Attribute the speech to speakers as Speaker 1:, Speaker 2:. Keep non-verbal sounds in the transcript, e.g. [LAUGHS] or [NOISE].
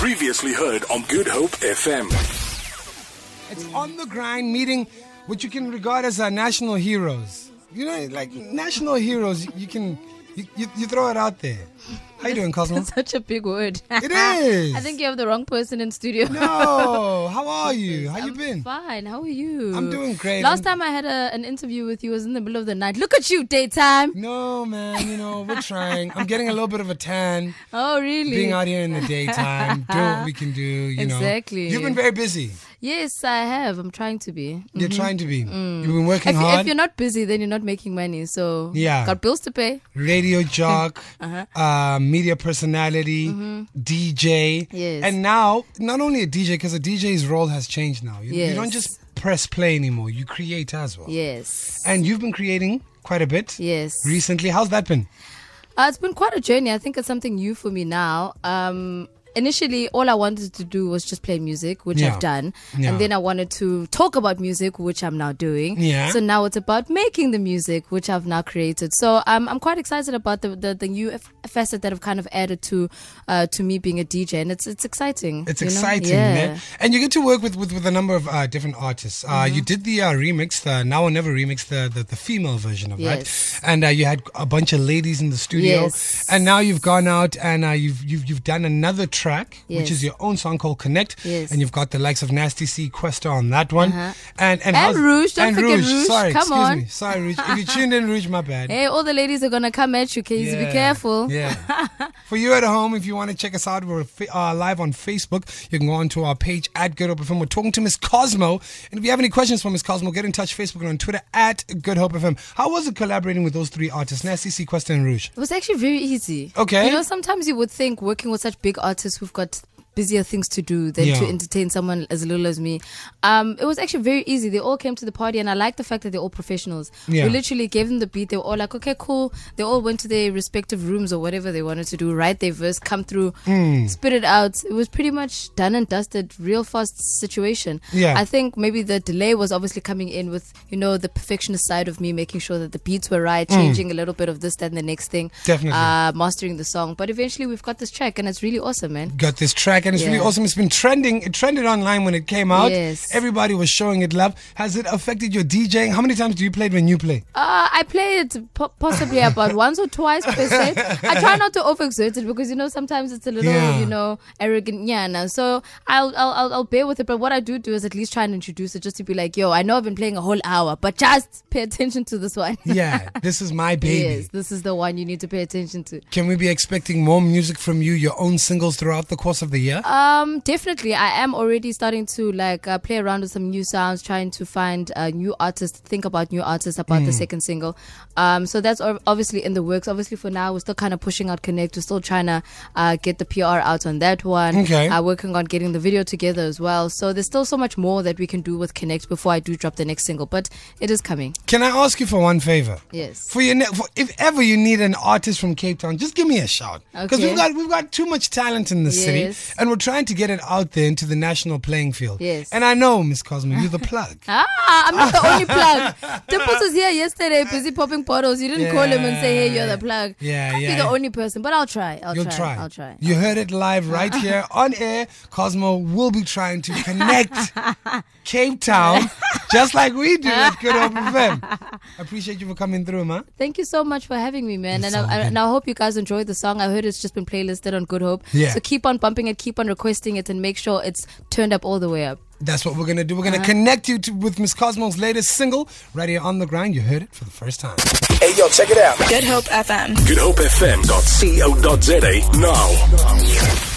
Speaker 1: Previously heard on Good Hope FM.
Speaker 2: It's on the grind meeting what you can regard as our national heroes. You know, like national heroes, you can, you, you, you throw it out there. How you doing, Cosmo?
Speaker 3: It's [LAUGHS] such a big word.
Speaker 2: It is.
Speaker 3: I think you have the wrong person in studio.
Speaker 2: No, how are you? How you
Speaker 3: I'm
Speaker 2: been?
Speaker 3: [LAUGHS] Fine. How are you?
Speaker 2: I'm doing great.
Speaker 3: Last
Speaker 2: I'm-
Speaker 3: time I had a, an interview with you was in the middle of the night. Look at
Speaker 2: [LAUGHS]
Speaker 3: you, daytime.
Speaker 2: No, man, you know, we're trying. I'm getting a little bit of a
Speaker 3: [LAUGHS]
Speaker 2: tan,
Speaker 3: Oh, really?
Speaker 2: being out here in the daytime, doing what we can do, you know.
Speaker 3: Exactly.
Speaker 2: You've been very busy.
Speaker 3: yes, I have. I'm trying to be.
Speaker 2: You're trying to be. You've been working
Speaker 3: Mm-hmm. Mm. If, you-
Speaker 2: hard.
Speaker 3: if you're not busy, then you're not making money. So
Speaker 2: Yeah.
Speaker 3: got bills to pay.
Speaker 2: radio
Speaker 3: [LAUGHS]
Speaker 2: jock,
Speaker 3: Uh-huh.
Speaker 2: uh, media personality, DJ.
Speaker 3: Mm-hmm. Yes.
Speaker 2: And now, not only a DJ, because a DJ's role has changed now. You, you don't
Speaker 3: Yes.
Speaker 2: just press play anymore, you create as well.
Speaker 3: Yes.
Speaker 2: And you've been creating quite a bit
Speaker 3: Yes.
Speaker 2: recently. How's that been?
Speaker 3: Uh, it's been quite a journey. I think it's something new for me now. Um, initially, all I wanted to do was just play music, which
Speaker 2: Yeah.
Speaker 3: I've done.
Speaker 2: Yeah.
Speaker 3: And then I wanted to talk about music, which I'm now doing.
Speaker 2: Yeah.
Speaker 3: So now it's about making the music, which I've now created. So um, I'm quite excited about the, the, the new f- facet that I've kind of added to uh, to me being a DJ. And it's it's exciting.
Speaker 2: It's
Speaker 3: Mm-hmm. you know?
Speaker 2: exciting,
Speaker 3: yeah.
Speaker 2: man. And you get to work with, with, with a number of uh, different artists. Uh,
Speaker 3: Mm-hmm.
Speaker 2: You did the uh, remix, the Now or Never remix, the, the, the female version of
Speaker 3: Yes.
Speaker 2: that. And uh, you had a bunch of ladies in the studio.
Speaker 3: Yes.
Speaker 2: And now you've gone out and uh, you've, you've, you've done another track, which
Speaker 3: Yes.
Speaker 2: is your own song called Connect.
Speaker 3: Yes.
Speaker 2: And you've got the likes of Nasty C, Questa on that one.
Speaker 3: Uh-huh.
Speaker 2: And, and,
Speaker 3: And
Speaker 2: how's-
Speaker 3: Rouge, don't
Speaker 2: and
Speaker 3: forget
Speaker 2: Rouge.
Speaker 3: Rouge,
Speaker 2: Sorry,
Speaker 3: come
Speaker 2: excuse
Speaker 3: on.
Speaker 2: me. Sorry, Rouge. If you tuned in, Rouge, my
Speaker 3: [LAUGHS]
Speaker 2: bad.
Speaker 3: Hey, all the ladies are going to come at you, Casey. Be careful. [LAUGHS]
Speaker 2: Yeah. For you at home, if you want to check us out, we're fa- uh, live on Facebook. You can go onto our page at Good Hope FM. We're talking to Miss Cosmo. And if you have any questions for Miss Cosmo, get in touch Facebook and on Twitter at Good Hope FM. How was it collaborating with those three artists, Nasty C, Quest, and Rouge?
Speaker 3: It was actually very easy.
Speaker 2: Okay.
Speaker 3: You know, sometimes you would think working with such big artists who've got busier things to do than
Speaker 2: Yeah.
Speaker 3: to entertain someone as little as me. Um, it was actually very easy. They all came to the party, and I like the fact that they're all professionals.
Speaker 2: Yeah.
Speaker 3: We literally gave them the beat. They were all like, okay, cool. They all went to their respective rooms or whatever they wanted to do, write their verse, come through,
Speaker 2: Hmm.
Speaker 3: spit it out. It was pretty much done and dusted, real fast situation.
Speaker 2: Yeah.
Speaker 3: I think maybe the delay was obviously coming in with, you know, the perfectionist side of me, making sure that the beats were right, changing a little bit of this, then the next thing
Speaker 2: Mm. Definitely.
Speaker 3: uh, mastering the song. But eventually, we've got this track, and it's really awesome, man.
Speaker 2: Got this track, and it's really
Speaker 3: Yeah.
Speaker 2: awesome. It's been trending. It trended online when it came out.
Speaker 3: Yes.
Speaker 2: Everybody was showing it love. Has it affected your DJing? How many times do you play it when you play?
Speaker 3: Uh, I play it po- possibly about once or twice per set. I try not to overexert it because you know sometimes it's a little,
Speaker 2: Yeah.
Speaker 3: you know, arrogant. Yeah, no. So I'll, I'll I'll I'll bear with it. But what I do do is at least try and introduce it, just to be like, yo, I know I've been playing a whole hour, but just pay attention to this one. [LAUGHS]
Speaker 2: Yeah, this is my baby.
Speaker 3: yes, this is the one you need to pay attention to.
Speaker 2: Can we be expecting more music from you, your own singles throughout the course of the year?
Speaker 3: Um, definitely. I am already starting to like uh, play around with some new sounds, trying to find uh, new artists, think about new artists about the second single. Um, so that's ob- obviously in the works. Obviously, for now, we're still kind of pushing out Connect. We're still trying to uh, get the PR out on that one.
Speaker 2: Okay.
Speaker 3: Uh, working on getting the video together as well. So there's still so much more that we can do with Connect before I do drop the next single, but it is coming.
Speaker 2: Can I ask you for one favor?
Speaker 3: Yes.
Speaker 2: For your ne- for if ever you need an artist from Cape Town, just give me a shout because
Speaker 3: Okay.
Speaker 2: we've got we've got too much talent in this
Speaker 3: Yes.
Speaker 2: city, and we're trying to get it out there into the national playing field.
Speaker 3: Yes.
Speaker 2: and I know Miss Cosmo, you're the plug.
Speaker 3: Ah, I'm not the
Speaker 2: [LAUGHS]
Speaker 3: only plug. Dimples was here yesterday, busy popping bottles. You didn't call him and say, "Hey, you're the plug."
Speaker 2: Yeah,
Speaker 3: Can't
Speaker 2: yeah,
Speaker 3: be the
Speaker 2: yeah.
Speaker 3: only person, but I'll try. [LAUGHS] I'll
Speaker 2: You'll try.
Speaker 3: try. I'll try.
Speaker 2: You heard it live
Speaker 3: [LAUGHS]
Speaker 2: right here on air. Cosmo will be trying to connect Cape Town,
Speaker 3: [LAUGHS]
Speaker 2: just like we do at Good Hope FM. Appreciate you for coming through, man.
Speaker 3: Thank you so much for having me, man.
Speaker 2: It's
Speaker 3: and I,
Speaker 2: all
Speaker 3: I,
Speaker 2: good.
Speaker 3: and I hope you guys enjoyed the song. I heard it's just been playlisted on Good Hope.
Speaker 2: Yeah.
Speaker 3: So keep on bumping it, keep on requesting it, and make sure it's turned up all the way up.
Speaker 2: That's what we're gonna do. We're gonna connect you to, with Miss Cosmo's latest single right here on the grind. You heard it for the first time.
Speaker 1: Hey, yo, check it out.
Speaker 4: Good Hope FM.
Speaker 1: GoodHopeFM.co.za now.